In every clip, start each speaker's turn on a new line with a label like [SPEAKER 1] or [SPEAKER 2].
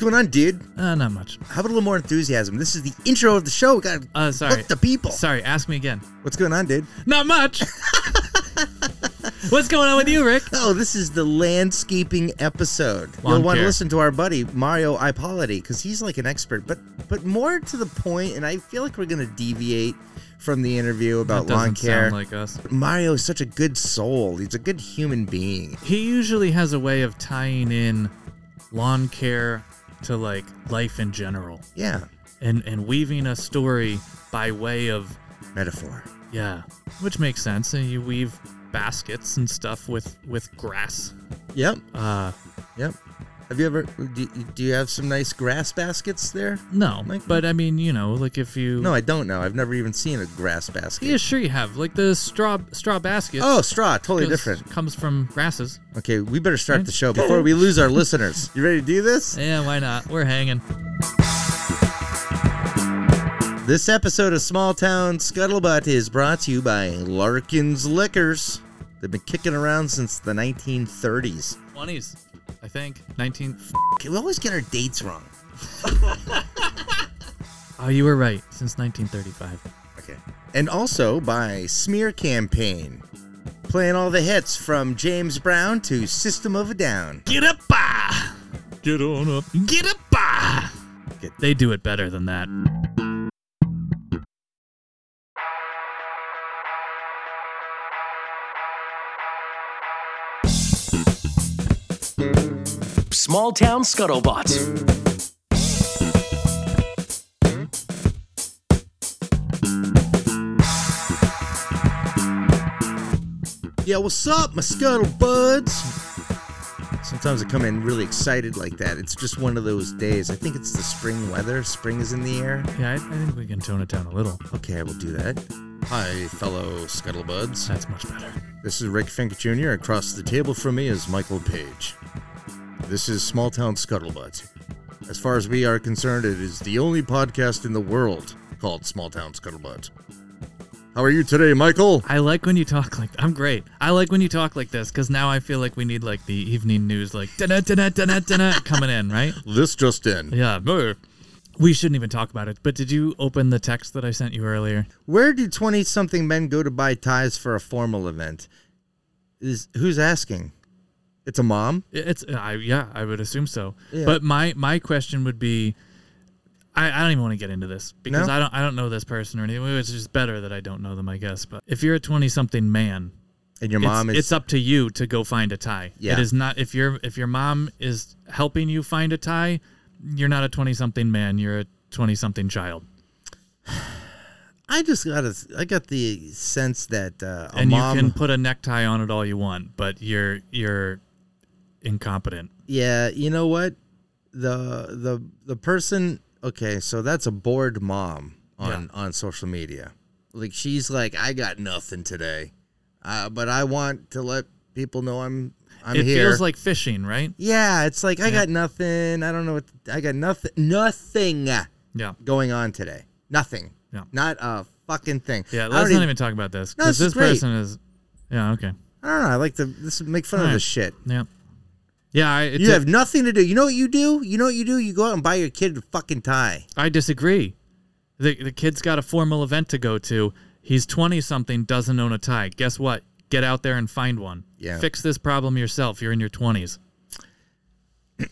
[SPEAKER 1] going on, dude?
[SPEAKER 2] Uh, not much.
[SPEAKER 1] Have a little more enthusiasm. This is the intro of the show. We got
[SPEAKER 2] Uh, sorry.
[SPEAKER 1] the people.
[SPEAKER 2] Sorry, ask me again.
[SPEAKER 1] What's going on, dude?
[SPEAKER 2] Not much. What's going on with you, Rick?
[SPEAKER 1] Oh, this is the landscaping episode.
[SPEAKER 2] Lawn
[SPEAKER 1] You'll want to
[SPEAKER 2] care.
[SPEAKER 1] listen to our buddy Mario Ippoliti because he's like an expert. But but more to the point, and I feel like we're going to deviate from the interview about
[SPEAKER 2] that doesn't
[SPEAKER 1] lawn care.
[SPEAKER 2] sound like us.
[SPEAKER 1] Mario is such a good soul. He's a good human being.
[SPEAKER 2] He usually has a way of tying in lawn care to like life in general,
[SPEAKER 1] Yeah,
[SPEAKER 2] and and weaving a story by way of
[SPEAKER 1] metaphor.
[SPEAKER 2] yeah, which makes sense. And you weave baskets and stuff with with grass.
[SPEAKER 1] Yep,
[SPEAKER 2] Uh,
[SPEAKER 1] yep. Have you ever? Do, do you have some nice grass baskets there?
[SPEAKER 2] no,
[SPEAKER 1] Like-
[SPEAKER 2] but I mean, you know, like if you
[SPEAKER 1] No, I don't know. I've never even seen a grass basket.
[SPEAKER 2] yeah, sure you have like the straw straw basket.
[SPEAKER 1] Oh, straw, totally
[SPEAKER 2] goes-
[SPEAKER 1] different.
[SPEAKER 2] Comes from grasses.
[SPEAKER 1] Okay, we better start the show before we lose our listeners. You ready to do this?
[SPEAKER 2] Yeah, why not? We're hanging.
[SPEAKER 1] This episode of Small Town Scuttlebutt is brought to you by Larkin's Liquors. They've been kicking around since the 1930s.
[SPEAKER 2] 20s, I think. 19.
[SPEAKER 1] Okay, we always get our dates wrong.
[SPEAKER 2] Oh, you were right. Since 1935.
[SPEAKER 1] Okay. And also by Smear Campaign. Playing all the hits from James Brown to System of a Down.
[SPEAKER 2] Get up, ah! Get on up. Get up, ah!
[SPEAKER 1] Get-
[SPEAKER 2] They do it better than that.
[SPEAKER 3] Small Town Scuttlebutt.
[SPEAKER 1] Yeah, what's up, my scuttle buds? Sometimes I come in really excited like that. It's just one of those days. I think it's the spring weather. Spring is in the air.
[SPEAKER 2] Yeah, I, I think we can tone it down a little.
[SPEAKER 1] Okay, I will do that. Hi, fellow scuttlebuds.
[SPEAKER 2] That's much better.
[SPEAKER 1] This is Rick Fink Jr. Across the table from me is Michael Page. This is Small Town Scuttlebutt. As far as we are concerned, it is the only podcast in the world called Small Town Scuttlebutt. How are you today, Michael?
[SPEAKER 2] I like when you talk like I'm great. I like when you talk like this because now I feel like we need like the evening news, like da da da da da coming in, right?
[SPEAKER 1] This just in.
[SPEAKER 2] Yeah. brr. We shouldn't even talk about it. But did you open the text that I sent you earlier?
[SPEAKER 1] Where do 20 something men go to buy ties for a formal event? Is who's asking? It's a mom?
[SPEAKER 2] It's I yeah, I would assume so.
[SPEAKER 1] Yeah.
[SPEAKER 2] But my my question would be, I, I don't even want to get into this because
[SPEAKER 1] No?
[SPEAKER 2] I don't I don't know this person or anything. It's just better that I don't know them, I guess. But if you're a twenty something man,
[SPEAKER 1] And your
[SPEAKER 2] it's,
[SPEAKER 1] mom is
[SPEAKER 2] it's up to you to go find a tie.
[SPEAKER 1] Yeah.
[SPEAKER 2] It is not if your if your mom is helping you find a tie, you're not a twenty something man. You're a twenty something child,
[SPEAKER 1] I just got a I got the sense that uh, a
[SPEAKER 2] and
[SPEAKER 1] mom
[SPEAKER 2] you can put a necktie on it all you want, but you're you're incompetent.
[SPEAKER 1] Yeah, you know what? The the the person okay, so that's a bored mom on on social media. Like she's like, I got nothing today, uh, but I want to let people know I'm I'm
[SPEAKER 2] it
[SPEAKER 1] here.
[SPEAKER 2] feels like fishing, right?
[SPEAKER 1] yeah, it's like I got nothing. I don't know what I got nothing. Nothing
[SPEAKER 2] Yeah.
[SPEAKER 1] going on today. Nothing.
[SPEAKER 2] Yeah.
[SPEAKER 1] Not a fucking thing. I
[SPEAKER 2] Yeah,
[SPEAKER 1] don't
[SPEAKER 2] let's not
[SPEAKER 1] even-
[SPEAKER 2] even, talk about this
[SPEAKER 1] No,
[SPEAKER 2] because
[SPEAKER 1] this
[SPEAKER 2] this,
[SPEAKER 1] is great.
[SPEAKER 2] person is. Yeah. Okay.
[SPEAKER 1] I don't know. I like to this make fun of
[SPEAKER 2] Alright.
[SPEAKER 1] this shit.
[SPEAKER 2] Yeah. Yeah. I,
[SPEAKER 1] You
[SPEAKER 2] di-
[SPEAKER 1] have nothing to do. You know what you do? You know what you do? You go out and buy your kid a fucking tie.
[SPEAKER 2] I disagree. The the kid's got a formal event to go to. He's twenty something, doesn't own a tie. Guess what? Get out there and find one.
[SPEAKER 1] Yeah.
[SPEAKER 2] Fix this problem yourself. You're in your twenties. but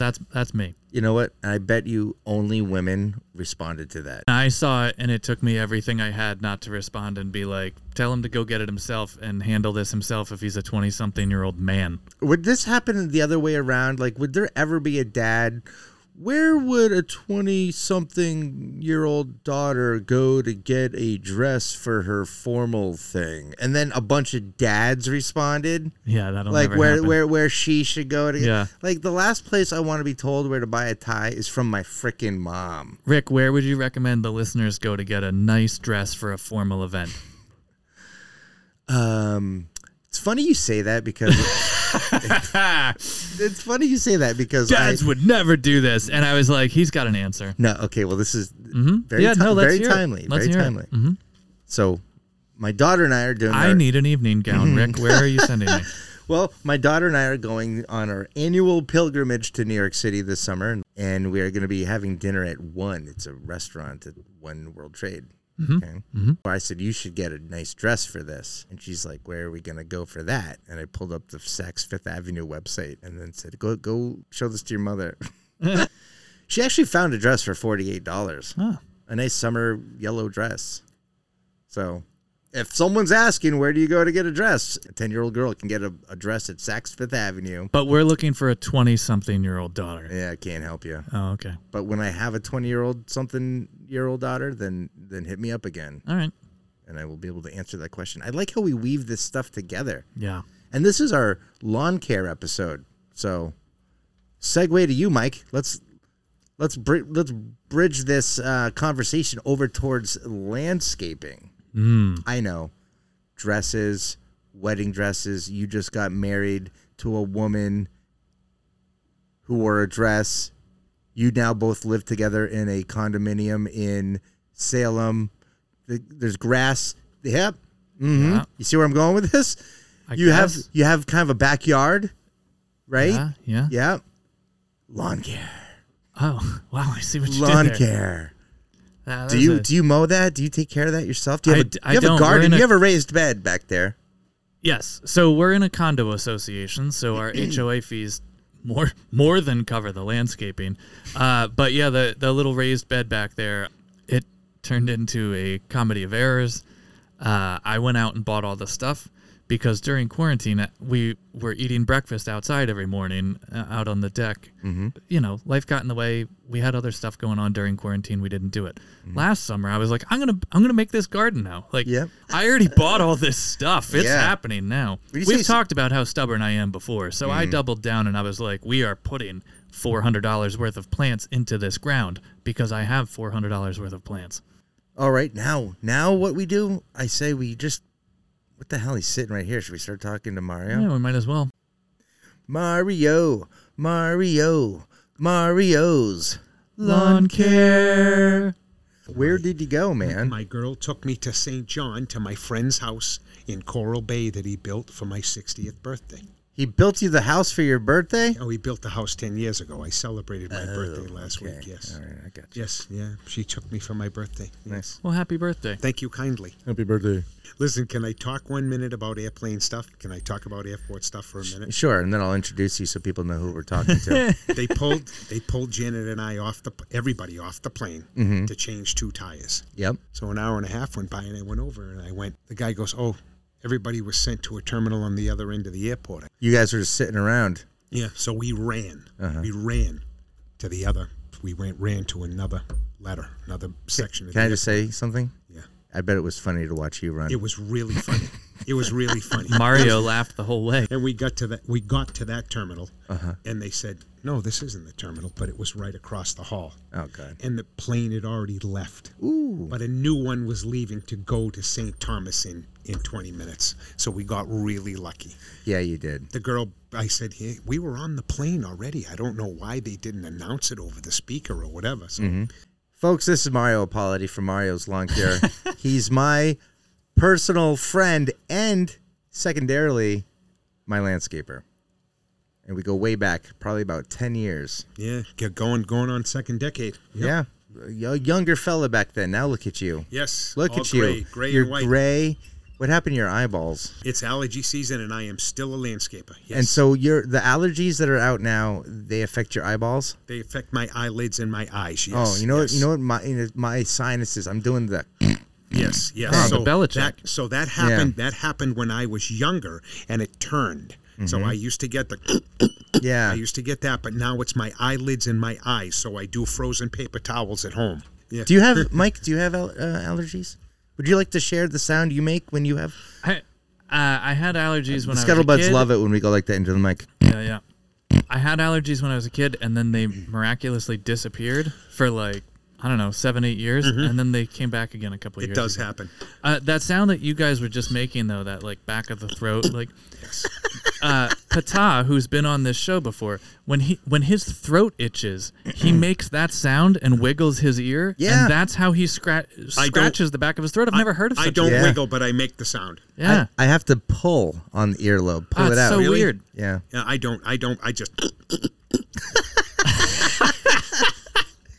[SPEAKER 2] that's that's me.
[SPEAKER 1] You know what? I bet you only women responded to that.
[SPEAKER 2] I saw it and it took me everything I had not to respond and be like, tell him to go get it himself and handle this himself if he's a twenty something year old man.
[SPEAKER 1] Would this happen the other way around? Like, would there ever be a dad? Where would a 20 something year old daughter go to get a dress for her formal thing? And then a bunch of dads responded.
[SPEAKER 2] Yeah, that'll
[SPEAKER 1] Like
[SPEAKER 2] never
[SPEAKER 1] where,
[SPEAKER 2] happen.
[SPEAKER 1] where where she should go to
[SPEAKER 2] Yeah.
[SPEAKER 1] like the last place I want to be told where to buy a tie is from my freaking mom.
[SPEAKER 2] Rick, where would you recommend the listeners go to get a nice dress for a formal event?
[SPEAKER 1] Um, it's funny you say that because it's funny you say that because I-
[SPEAKER 2] Dads would never do this. And I was like, he's got an answer.
[SPEAKER 1] No, okay. Well, this is very,
[SPEAKER 2] Mm-hmm. Yeah,
[SPEAKER 1] ti-
[SPEAKER 2] no, let's
[SPEAKER 1] very
[SPEAKER 2] hear it.
[SPEAKER 1] timely.
[SPEAKER 2] Let's
[SPEAKER 1] very
[SPEAKER 2] hear it. Mm-hmm.
[SPEAKER 1] timely. So, my daughter and I are doing.
[SPEAKER 2] I
[SPEAKER 1] our-
[SPEAKER 2] need an evening gown, Rick. Where are you sending me?
[SPEAKER 1] Well, my daughter and I are going on our annual pilgrimage to New York City this summer, and we are going to be having dinner at One. It's a restaurant at One World Trade. Okay. So I said, You should get a nice dress for this. And she's like, Where are we going to go for that? And I pulled up the Saks Fifth Avenue website and then said, Go, go show this to your mother. she actually found a dress for $48
[SPEAKER 2] Huh.
[SPEAKER 1] a nice summer yellow dress. So, if someone's asking where do you go to get a dress, a ten-year-old girl can get a, a dress at Saks Fifth Avenue.
[SPEAKER 2] But we're looking for a 20 something year old daughter.
[SPEAKER 1] Yeah, I can't help you.
[SPEAKER 2] Oh, okay.
[SPEAKER 1] But when I have a twenty-year-old something-year-old daughter, then then hit me up again,
[SPEAKER 2] All right.
[SPEAKER 1] and I will be able to answer that question. I like how we weave this stuff together,
[SPEAKER 2] Yeah.
[SPEAKER 1] and this is our lawn care episode. So, segue to you, Mike. Let's let's bri- let's bridge this uh, conversation over towards landscaping.
[SPEAKER 2] Mm.
[SPEAKER 1] I know. Dresses, wedding dresses. You just got married to a woman who wore a dress. You now both live together in a condominium in Salem. The- There's grass. Yep. hmm
[SPEAKER 2] Yeah.
[SPEAKER 1] You see where I'm going with this?
[SPEAKER 2] I
[SPEAKER 1] you have
[SPEAKER 2] guess.
[SPEAKER 1] you have kind of a backyard, right?
[SPEAKER 2] Yeah. Yeah.
[SPEAKER 1] Yeah. Lawn care.
[SPEAKER 2] Oh, wow. I see what you
[SPEAKER 1] Lawn
[SPEAKER 2] did there.
[SPEAKER 1] care.
[SPEAKER 2] Ah,
[SPEAKER 1] Do
[SPEAKER 2] there's
[SPEAKER 1] you
[SPEAKER 2] a-
[SPEAKER 1] do you mow that? Do you take care of that yourself? Do you
[SPEAKER 2] I
[SPEAKER 1] have
[SPEAKER 2] d-
[SPEAKER 1] a,
[SPEAKER 2] I
[SPEAKER 1] you have a
[SPEAKER 2] don't. We're
[SPEAKER 1] garden?
[SPEAKER 2] in a-
[SPEAKER 1] you have a raised bed back there.
[SPEAKER 2] Yes. So we're in a condo association, so our HOA fees more more than cover the landscaping. Uh, but yeah, the the little raised bed back there, it turned into a comedy of errors. Uh, I went out and bought all the stuff because during quarantine uh, we were eating breakfast outside every morning uh, out on the deck. You know, life got in the way. We had other stuff going on during quarantine. We didn't do it. Last summer, I was like, I'm gonna I'm gonna make this garden now. Like,
[SPEAKER 1] Yep.
[SPEAKER 2] I already bought all this stuff. It's
[SPEAKER 1] Yeah.
[SPEAKER 2] happening now.
[SPEAKER 1] When you
[SPEAKER 2] We've
[SPEAKER 1] say-
[SPEAKER 2] talked about how stubborn I am before, so I doubled down and I was like, "We are putting four hundred dollars worth of plants into this ground because I have four hundred dollars worth of plants."
[SPEAKER 1] All right, now, now what we do? I say we just. What the hell? He's sitting right here. Should we start talking to Mario?
[SPEAKER 2] Yeah, we might as well.
[SPEAKER 1] Mario, Mario, Mario's.
[SPEAKER 2] Lawn care.
[SPEAKER 1] Where did you go, man?
[SPEAKER 4] My girl took me to St. John to my friend's house in Coral Bay that he built for my 60th birthday.
[SPEAKER 1] He built you the house for your birthday.
[SPEAKER 4] Oh, he built the house 10 years ago. I celebrated my birthday last week, yes.
[SPEAKER 1] Oh, All right, I got you.
[SPEAKER 4] Yes, yeah. She took me for my birthday.
[SPEAKER 1] Nice.
[SPEAKER 2] Well, happy birthday.
[SPEAKER 4] Thank you kindly.
[SPEAKER 1] Happy birthday.
[SPEAKER 4] Listen, can I talk one minute about airplane stuff? Can I talk about airport stuff for a minute?
[SPEAKER 1] Sure, and then I'll introduce you so people know who we're talking to.
[SPEAKER 4] they pulled they pulled Janet and I off the everybody off the plane
[SPEAKER 1] Mm-hmm.
[SPEAKER 4] to change two tires.
[SPEAKER 1] yep.
[SPEAKER 4] So an hour and a half went by, and I went over and I went. The guy goes, "Oh, everybody was sent to a terminal on the other end of the airport."
[SPEAKER 1] You guys were just sitting around.
[SPEAKER 4] Yeah. So we ran.
[SPEAKER 1] Uh-huh.
[SPEAKER 4] We ran to the other. We went ran to another letter, another section. of
[SPEAKER 1] Can
[SPEAKER 4] the
[SPEAKER 1] I just say something?
[SPEAKER 4] Yeah.
[SPEAKER 1] I bet it was funny to watch you run.
[SPEAKER 4] It was really funny. it was really funny.
[SPEAKER 2] Mario laughed the whole way.
[SPEAKER 4] And we got to that. We got to that terminal,
[SPEAKER 1] Uh-huh.
[SPEAKER 4] and they said, "No, this isn't the terminal," but it was right across the hall.
[SPEAKER 1] oh God.
[SPEAKER 4] And the plane had already left.
[SPEAKER 1] Ooh.
[SPEAKER 4] but a new one was leaving to go to St. Thomas in, in 20 minutes. So we got really lucky.
[SPEAKER 1] Yeah, you did.
[SPEAKER 4] The girl, I said, hey, we were on the plane already. I don't know why they didn't announce it over the speaker or whatever. So
[SPEAKER 1] Mm-hmm. Folks, this is Mario Apology from Mario's Lawn Care. He's my personal friend and secondarily my landscaper. And we go way back, probably about 10 years.
[SPEAKER 4] yeah, get going, going on second decade. Yep.
[SPEAKER 1] Yeah. A y- younger fella back then. Now look at you.
[SPEAKER 4] Yes.
[SPEAKER 1] Look
[SPEAKER 4] all
[SPEAKER 1] at
[SPEAKER 4] gray,
[SPEAKER 1] you.
[SPEAKER 4] Gray
[SPEAKER 1] You're
[SPEAKER 4] and white.
[SPEAKER 1] gray. What happened to your eyeballs?
[SPEAKER 4] It's allergy season and I am still a landscaper. Yes.
[SPEAKER 1] And so your the allergies that are out now, they affect your eyeballs?
[SPEAKER 4] they affect my eyelids and my eyes. Yes.
[SPEAKER 1] oh, you know what
[SPEAKER 4] yes.
[SPEAKER 1] you know what my you know, my sinuses, I'm doing the
[SPEAKER 4] Yes, yes.
[SPEAKER 2] Oh, the
[SPEAKER 4] so
[SPEAKER 2] Belichick.
[SPEAKER 4] That, so that happened. That happened when I was younger, and it turned. So
[SPEAKER 2] Mm-hmm.
[SPEAKER 4] I used to get the I
[SPEAKER 1] Yeah.
[SPEAKER 4] used to get that, but now it's my eyelids and my eyes, so I do frozen paper towels at home. Yeah.
[SPEAKER 1] Do you have Mike, do you have al- uh, allergies? Would you like to share the sound you make when you have
[SPEAKER 2] I, uh, I had allergies when
[SPEAKER 1] The
[SPEAKER 2] I was a
[SPEAKER 1] scuttlebuds
[SPEAKER 2] kid.
[SPEAKER 1] love it when we go like that into the mic.
[SPEAKER 2] Yeah, yeah. I had allergies when I was a kid, and then they miraculously disappeared for like I don't know, seven, eight years, and then they came back again a couple
[SPEAKER 4] It
[SPEAKER 2] years.
[SPEAKER 4] does
[SPEAKER 2] ago.
[SPEAKER 4] happen.
[SPEAKER 2] Uh, that sound that you guys were just making, though, that like back of the throat, like uh, Pata, who's been on this show before, when he when his throat itches, he makes that sound and wiggles his ear,
[SPEAKER 1] Yeah.
[SPEAKER 2] and that's how he scratch
[SPEAKER 4] I don't-
[SPEAKER 2] scratches the back of his throat. I've never heard of such.
[SPEAKER 4] I don't
[SPEAKER 2] A,
[SPEAKER 1] Yeah.
[SPEAKER 4] wiggle, but I make the sound.
[SPEAKER 2] yeah,
[SPEAKER 1] I, I have to pull on the earlobe.
[SPEAKER 4] Oh,
[SPEAKER 1] Pull
[SPEAKER 2] Ah,
[SPEAKER 1] it
[SPEAKER 2] it's
[SPEAKER 1] out.
[SPEAKER 2] so weird.
[SPEAKER 1] Yeah.
[SPEAKER 4] Yeah, I don't. I don't. I just.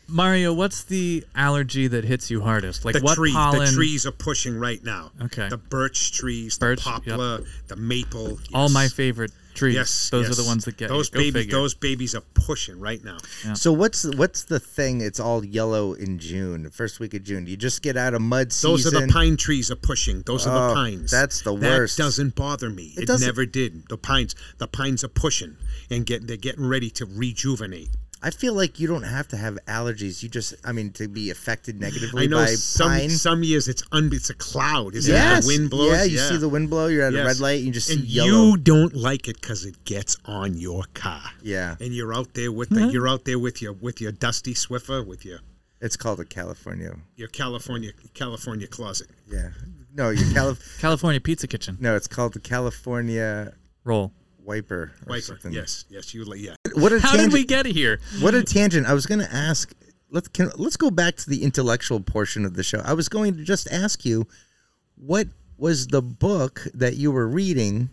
[SPEAKER 2] Mario, what's the allergy that hits you hardest? Like
[SPEAKER 4] The
[SPEAKER 2] what
[SPEAKER 4] tree,
[SPEAKER 2] pollen?
[SPEAKER 4] the trees are pushing right now.
[SPEAKER 2] Okay.
[SPEAKER 4] The birch trees,
[SPEAKER 2] Birch,
[SPEAKER 4] the
[SPEAKER 2] yep.
[SPEAKER 4] poplar, the maple.
[SPEAKER 2] All
[SPEAKER 4] yes.
[SPEAKER 2] my favorite trees.
[SPEAKER 4] Yes,
[SPEAKER 2] those
[SPEAKER 4] yes.
[SPEAKER 2] are the ones that get
[SPEAKER 4] those
[SPEAKER 2] you. Go
[SPEAKER 4] babies.
[SPEAKER 2] figure.
[SPEAKER 4] Those babies are pushing right now.
[SPEAKER 1] So what's what's the thing? It's all yellow in June, the first week of June. You just get out of mud season.
[SPEAKER 4] Those are the pine trees are pushing. Those are
[SPEAKER 1] Oh,
[SPEAKER 4] the pines.
[SPEAKER 1] that's the
[SPEAKER 4] that
[SPEAKER 1] worst.
[SPEAKER 4] That doesn't bother me. It,
[SPEAKER 1] doesn't-
[SPEAKER 4] never did. The pines. The pines are pushing and get. They're getting ready to rejuvenate.
[SPEAKER 1] I feel like you don't have to have allergies. You just, I mean, to be affected negatively
[SPEAKER 4] I know
[SPEAKER 1] by
[SPEAKER 4] some
[SPEAKER 1] pine.
[SPEAKER 4] some years it's un, it's a cloud. Is
[SPEAKER 1] yes.
[SPEAKER 4] it the wind blows?
[SPEAKER 1] Yeah, you see the wind blow. You're at a
[SPEAKER 4] Yes.
[SPEAKER 1] red light. You just
[SPEAKER 4] and
[SPEAKER 1] see yellow.
[SPEAKER 4] you don't like it because it gets on your car.
[SPEAKER 1] Yeah. Mm-hmm.
[SPEAKER 4] and you're out there with the, you're out there with your with your dusty Swiffer with your
[SPEAKER 1] It's called a California.
[SPEAKER 4] your California California closet.
[SPEAKER 1] Yeah. No, your Calif.
[SPEAKER 2] California Pizza Kitchen
[SPEAKER 1] no, it's called the California
[SPEAKER 2] roll.
[SPEAKER 1] wiper or
[SPEAKER 4] Wiper.
[SPEAKER 1] something.
[SPEAKER 4] Yes, yes, you like yeah.
[SPEAKER 1] What a
[SPEAKER 2] How
[SPEAKER 1] tangent.
[SPEAKER 2] did we get here?
[SPEAKER 1] What a tangent! I was going to ask. Let's can, let's go back to the intellectual portion of the show. I was going to just ask you, what was the book that you were reading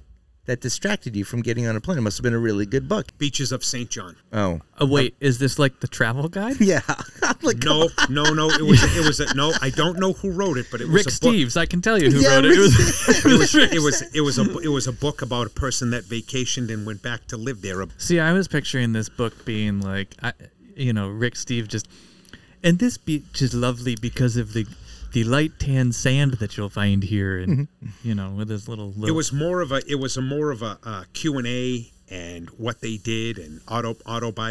[SPEAKER 1] that distracted you from getting on a plane? It must have been a really good book.
[SPEAKER 4] Beaches of St. John.
[SPEAKER 1] Oh,
[SPEAKER 2] Oh wait, is this like the travel guide?
[SPEAKER 1] yeah. I'm like,
[SPEAKER 4] No, no, no. It was it was a, no. I don't know who wrote it, but it was
[SPEAKER 2] Rick
[SPEAKER 4] a book.
[SPEAKER 2] Steves, I can tell you who
[SPEAKER 1] Yeah,
[SPEAKER 2] wrote it.
[SPEAKER 1] Rick
[SPEAKER 2] It was,
[SPEAKER 4] It was it was it was a it was a book about a person that vacationed and went back to live there.
[SPEAKER 2] See, I was picturing this book being like, I, you know, Rick Steve just, and this beach is lovely because of the, the light tan sand that you'll find here, and
[SPEAKER 1] Mm-hmm.
[SPEAKER 2] you know, with this little,
[SPEAKER 4] It
[SPEAKER 2] little
[SPEAKER 4] was more of a it was a more of a uh, Q and A and what they did and auto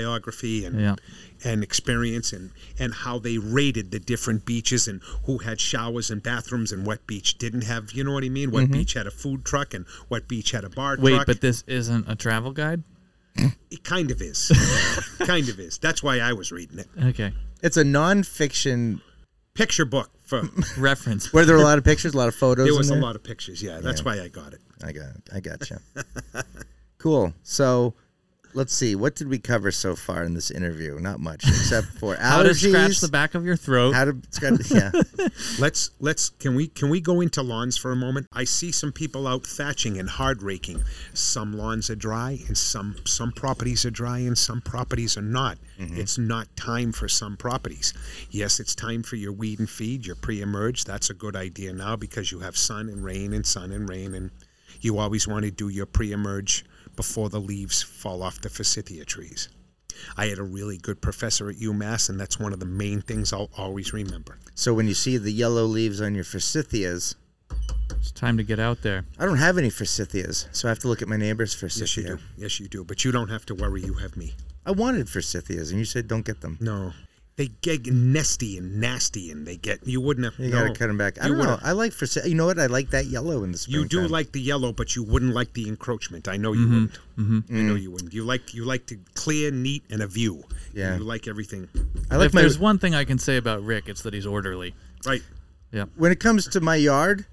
[SPEAKER 4] autobiography and
[SPEAKER 2] Yeah.
[SPEAKER 4] and experience and and how they rated the different beaches and who had showers and bathrooms and what beach didn't have. You know what I mean? What beach had a food truck and what beach had a bar
[SPEAKER 2] Mm-hmm. wait,
[SPEAKER 4] truck?
[SPEAKER 2] but this isn't a travel guide.
[SPEAKER 4] it kind of is, kind of is. That's why I was reading it.
[SPEAKER 2] Okay,
[SPEAKER 1] it's a nonfiction
[SPEAKER 4] Picture book for.
[SPEAKER 2] reference.
[SPEAKER 1] where there are a lot of pictures, a lot of photos.
[SPEAKER 4] There
[SPEAKER 1] in
[SPEAKER 4] was a
[SPEAKER 1] there?
[SPEAKER 4] lot of pictures. Yeah, that's why I got it.
[SPEAKER 1] I got, I gotcha. cool. So, let's see. What did we cover so far in this interview? Not much, except for allergies.
[SPEAKER 2] How to scratch the back of your throat?
[SPEAKER 1] How to scratch? Yeah.
[SPEAKER 4] Let's let's can we can we go into lawns for a moment? I see some people out thatching and hard raking. Some lawns are dry and some some properties are dry and some properties are not. It's not time for some properties. Yes, it's time for your weed and feed, your pre-emerge. That's a good idea now because you have sun and rain and sun and rain and you always want to do your pre-emerge before the leaves fall off the forsythia trees. I had a really good professor at UMass and that's one of the main things I'll always remember.
[SPEAKER 1] So when you see the yellow leaves on your forsythias,
[SPEAKER 2] it's time to get out there.
[SPEAKER 1] I don't have any forsythias, so I have to look at my neighbor's forsythia.
[SPEAKER 4] Yes, you do. Yes, you do. But you don't have to worry. You have me.
[SPEAKER 1] I wanted forsythias, and you said don't get them.
[SPEAKER 4] No, they get nesty and nasty, and they get. You wouldn't have.
[SPEAKER 1] You
[SPEAKER 4] no.
[SPEAKER 1] gotta cut them back. I
[SPEAKER 4] You
[SPEAKER 1] don't know.
[SPEAKER 4] would've-
[SPEAKER 1] I like forsythia. You know what? I like that yellow in the spring.
[SPEAKER 4] You do like the yellow, but you wouldn't like the encroachment. I know you
[SPEAKER 1] Mm-hmm.
[SPEAKER 4] wouldn't. I know
[SPEAKER 1] Mm.
[SPEAKER 4] you wouldn't. You like you like to clear, neat, and a view.
[SPEAKER 1] Yeah.
[SPEAKER 4] You like everything.
[SPEAKER 1] I like
[SPEAKER 2] if
[SPEAKER 1] my.
[SPEAKER 2] there's one thing I can say about Rick, it's that he's orderly.
[SPEAKER 4] Right.
[SPEAKER 1] When it comes to my yard,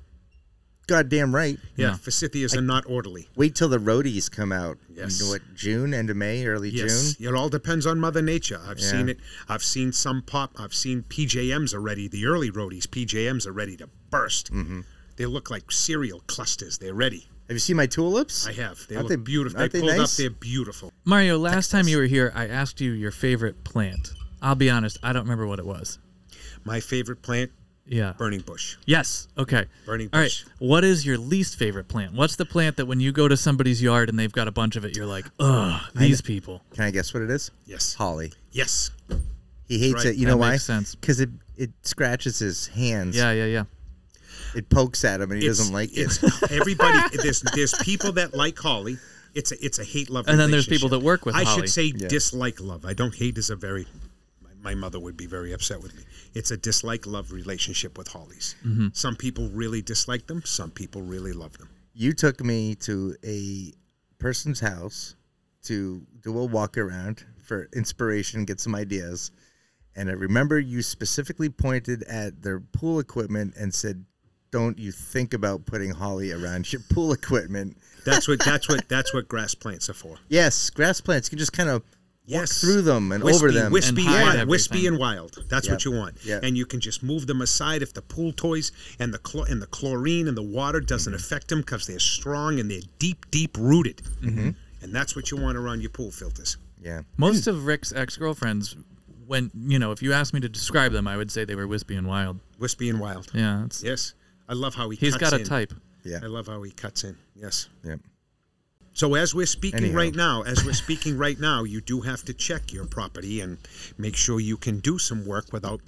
[SPEAKER 1] goddamn right.
[SPEAKER 4] Yeah.
[SPEAKER 2] Yeah.
[SPEAKER 4] Forsythias are not orderly.
[SPEAKER 1] Wait till the roadies come out.
[SPEAKER 4] Yes.
[SPEAKER 1] You know what? June, end of May, early
[SPEAKER 4] Yes.
[SPEAKER 1] June.
[SPEAKER 4] It all depends on Mother Nature. I've
[SPEAKER 1] Yeah.
[SPEAKER 4] seen it. I've seen some pop. I've seen PJMs already. The early roadies PJMs are ready to burst. Mm-hmm. They look like cereal clusters. They're ready.
[SPEAKER 1] Have you seen my tulips?
[SPEAKER 4] I have. They
[SPEAKER 1] Aren't
[SPEAKER 4] look
[SPEAKER 1] they-
[SPEAKER 4] beautiful. They,
[SPEAKER 1] aren't they
[SPEAKER 4] pulled
[SPEAKER 1] nice?
[SPEAKER 4] up. They're beautiful.
[SPEAKER 2] Mario, last time you were here, I asked you your favorite plant. I'll be honest, I don't remember what it was.
[SPEAKER 4] My favorite plant,
[SPEAKER 2] Yeah.
[SPEAKER 4] burning bush.
[SPEAKER 2] Yes. Okay.
[SPEAKER 4] Burning
[SPEAKER 2] All right.
[SPEAKER 4] bush.
[SPEAKER 2] What is your least favorite plant? What's the plant that when you go to somebody's yard and they've got a bunch of it, you're like, ugh, these people.
[SPEAKER 1] Can I guess what it is?
[SPEAKER 4] Yes.
[SPEAKER 1] Holly.
[SPEAKER 4] Yes.
[SPEAKER 1] He hates
[SPEAKER 4] Right.
[SPEAKER 1] it. You
[SPEAKER 2] That
[SPEAKER 1] know why?
[SPEAKER 2] makes sense.
[SPEAKER 1] Because it it scratches his hands.
[SPEAKER 2] Yeah, yeah, yeah.
[SPEAKER 1] It pokes at him, and he doesn't like it.
[SPEAKER 4] it's, Everybody, there's there's people that like holly. It's a it's a hate love.
[SPEAKER 2] And then there's people
[SPEAKER 4] relationship.
[SPEAKER 2] that work with
[SPEAKER 4] I
[SPEAKER 2] holly.
[SPEAKER 4] should say dislike love. I don't hate is a very. my- My mother would be very upset with me. It's a dislike love relationship with hollies.
[SPEAKER 2] Mm-hmm.
[SPEAKER 4] Some people really dislike them. Some people really love them.
[SPEAKER 1] you took me to a person's house to do a walk around for inspiration, get some ideas. And I remember you specifically pointed at their pool equipment and said, "Don't you think about putting holly around your pool equipment?"
[SPEAKER 4] That's what that's what that's what grass plants are for.
[SPEAKER 1] Yes, grass plants. You can just kind of
[SPEAKER 4] Yes.
[SPEAKER 1] through them and
[SPEAKER 4] wispy,
[SPEAKER 1] over them.
[SPEAKER 2] And
[SPEAKER 4] Wispy and,
[SPEAKER 2] hide
[SPEAKER 4] wi- wispy
[SPEAKER 2] everything.
[SPEAKER 4] and wild. That's
[SPEAKER 1] Yep.
[SPEAKER 4] what you want.
[SPEAKER 1] Yep.
[SPEAKER 4] And you can just move them aside if the pool toys and the chlor- and the chlorine and the water doesn't
[SPEAKER 1] Mm-hmm.
[SPEAKER 4] affect them because they're strong and they're deep, deep rooted. Mm-hmm. And that's what you want around your pool filters.
[SPEAKER 1] Yeah.
[SPEAKER 2] Most of Rick's ex girlfriends, when you know, if you asked me to describe them, I would say they were wispy and wild.
[SPEAKER 4] Wispy and wild.
[SPEAKER 2] Yeah, it's,
[SPEAKER 4] Yes. I love how he
[SPEAKER 2] he's
[SPEAKER 4] cuts
[SPEAKER 2] got a
[SPEAKER 4] in.
[SPEAKER 2] type.
[SPEAKER 1] Yeah.
[SPEAKER 4] I love how he cuts in. Yes.
[SPEAKER 1] Yeah.
[SPEAKER 4] So as we're speaking
[SPEAKER 1] Anyhow.
[SPEAKER 4] right now, as we're speaking right now, you do have to check your property and make sure you can do some work without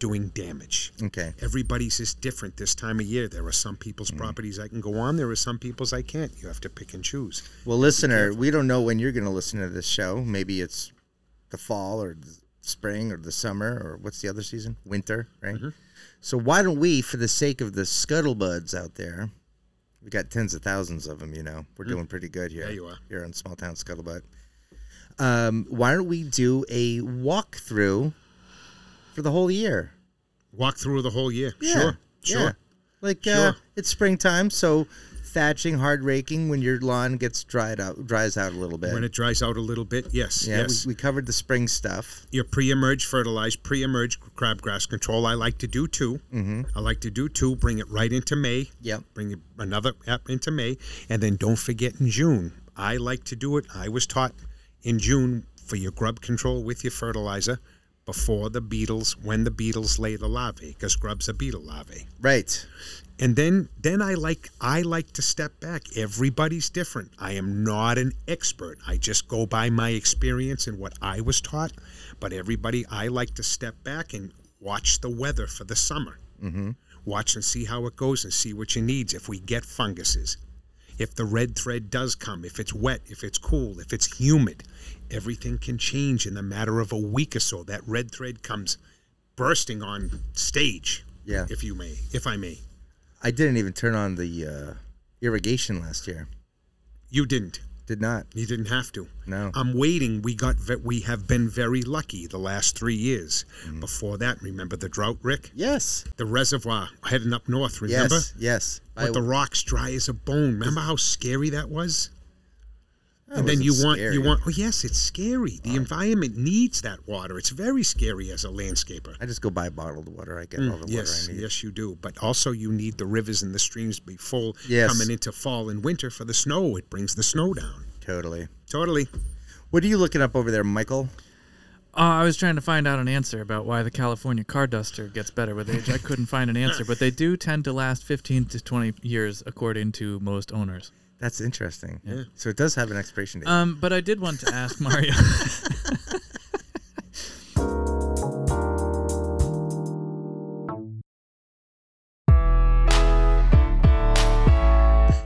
[SPEAKER 4] doing damage.
[SPEAKER 1] Okay.
[SPEAKER 4] Everybody's is different this time of year. There are some
[SPEAKER 1] Mm.
[SPEAKER 4] people's properties I can go on. There are some people's I can't. You have to pick and choose.
[SPEAKER 1] Well, listener, we don't know when you're going to listen to this show. Maybe it's the fall or the spring or the summer or what's the other season? Winter, right?
[SPEAKER 4] Mm-hmm.
[SPEAKER 1] So why don't we, for the sake of the scuttlebuds out there, we got tens of thousands of them. You know, we're doing pretty good here.
[SPEAKER 4] Mm-hmm. Yeah, you are.
[SPEAKER 1] Here on Small Town Scuttlebutt. Um, why don't we do a walkthrough for the whole year?
[SPEAKER 4] Walk through the whole year.
[SPEAKER 1] Yeah,
[SPEAKER 4] Sure. Sure.
[SPEAKER 1] yeah. Like uh,
[SPEAKER 4] Sure.
[SPEAKER 1] it's springtime, so thatching, hard raking when your lawn gets dried out, dries out a little bit.
[SPEAKER 4] When it dries out a little bit, yes,
[SPEAKER 1] yeah,
[SPEAKER 4] yes.
[SPEAKER 1] we, we covered the spring stuff.
[SPEAKER 4] your pre-emerge fertilized pre-emerge crabgrass control i like to do too mm-hmm. i like to do too bring it right into may
[SPEAKER 1] Yep.
[SPEAKER 4] bring it another app into may and then don't forget in june i like to do it i was taught in june for your grub control with your fertilizer before the beetles when the beetles lay the larvae because grubs are beetle larvae
[SPEAKER 1] Right.
[SPEAKER 4] and then then i like i like to step back everybody's different i am not an expert i just go by my experience and what i was taught but everybody i like to step back and watch the weather for the summer mm-hmm. watch and see how it goes and see what you needs if we get funguses if the red thread does come if it's wet if it's cool if it's humid everything can change in the matter of a week or so that red thread comes bursting on stage
[SPEAKER 1] Yeah.
[SPEAKER 4] if you may if i may
[SPEAKER 1] I didn't even turn on the uh, irrigation last year.
[SPEAKER 4] You didn't.
[SPEAKER 1] Did not.
[SPEAKER 4] You didn't have to.
[SPEAKER 1] No.
[SPEAKER 4] I'm waiting. We got. Ve- we have been very lucky the last three years.
[SPEAKER 1] Mm.
[SPEAKER 4] Before that, remember the drought, Rick?
[SPEAKER 1] Yes.
[SPEAKER 4] The reservoir heading up north. Remember?
[SPEAKER 1] Yes. Yes.
[SPEAKER 4] With the rocks dry as a bone. Remember how scary that was?
[SPEAKER 1] that
[SPEAKER 4] and then
[SPEAKER 1] wasn't
[SPEAKER 4] you want
[SPEAKER 1] scary.
[SPEAKER 4] you want. Oh yes, it's scary. The environment needs that water. It's very scary as a landscaper.
[SPEAKER 1] I just go buy bottled water. I get all the water
[SPEAKER 4] Mm, Yes,
[SPEAKER 1] I need.
[SPEAKER 4] yes, you do. But also, you need the rivers and the streams to be full
[SPEAKER 1] Yes.
[SPEAKER 4] coming into fall and winter for the snow. It brings the snow down.
[SPEAKER 1] Totally.
[SPEAKER 4] Totally.
[SPEAKER 1] What are you looking up over there, Michael?
[SPEAKER 2] Oh, I was trying to find out an answer about why the California car duster gets better with age. I couldn't find an answer, but they do tend to last 15 to 20 years, according to most owners.
[SPEAKER 1] That's interesting. So it does have an expiration
[SPEAKER 4] Uh,
[SPEAKER 1] date.
[SPEAKER 2] Um, but I did want to ask Mario.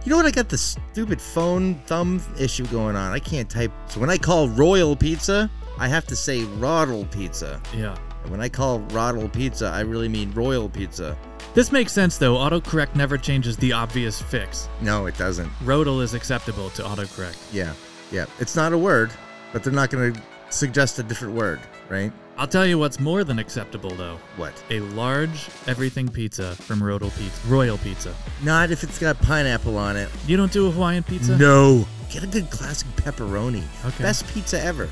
[SPEAKER 1] You know what? I got this stupid phone thumb issue going on. I can't type. So when I call Royal Pizza, I have to say Roddle Pizza.
[SPEAKER 2] yeah.
[SPEAKER 1] And when I call Roddle Pizza, I really mean Royal Pizza.
[SPEAKER 2] This makes sense, though. Autocorrect never changes the obvious fix.
[SPEAKER 1] No, it doesn't.
[SPEAKER 2] Rodel is acceptable to autocorrect.
[SPEAKER 1] Yeah, yeah. It's not a word, but they're not going to suggest a different word, right?
[SPEAKER 2] I'll tell you what's more than acceptable, though.
[SPEAKER 1] What?
[SPEAKER 2] A large everything pizza from Rodel Pizza. Royal Pizza.
[SPEAKER 1] Not if it's got pineapple on it.
[SPEAKER 2] You don't do a Hawaiian pizza?
[SPEAKER 1] No. Get a good classic pepperoni.
[SPEAKER 2] Okay.
[SPEAKER 1] Best pizza ever.